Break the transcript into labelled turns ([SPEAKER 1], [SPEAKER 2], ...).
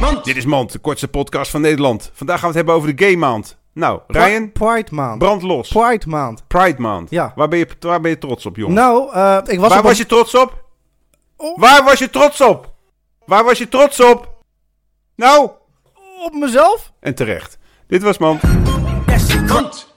[SPEAKER 1] Mand. Dit is Mand, de kortste podcast van Nederland. Vandaag gaan we het hebben over de Gay Maand. Nou, Ryan,
[SPEAKER 2] Pride maand.
[SPEAKER 1] brand los.
[SPEAKER 2] Pride maand.
[SPEAKER 1] Pride Maand.
[SPEAKER 2] Ja.
[SPEAKER 1] Waar ben je, waar ben je trots op, jongen?
[SPEAKER 2] Nou, eh, ik was
[SPEAKER 1] waar
[SPEAKER 2] op
[SPEAKER 1] was
[SPEAKER 2] een-
[SPEAKER 1] je trots op?
[SPEAKER 2] Oh.
[SPEAKER 1] Waar was je trots op? Waar was je trots op? Nou,
[SPEAKER 2] op mezelf.
[SPEAKER 1] en terecht. Dit was Mand.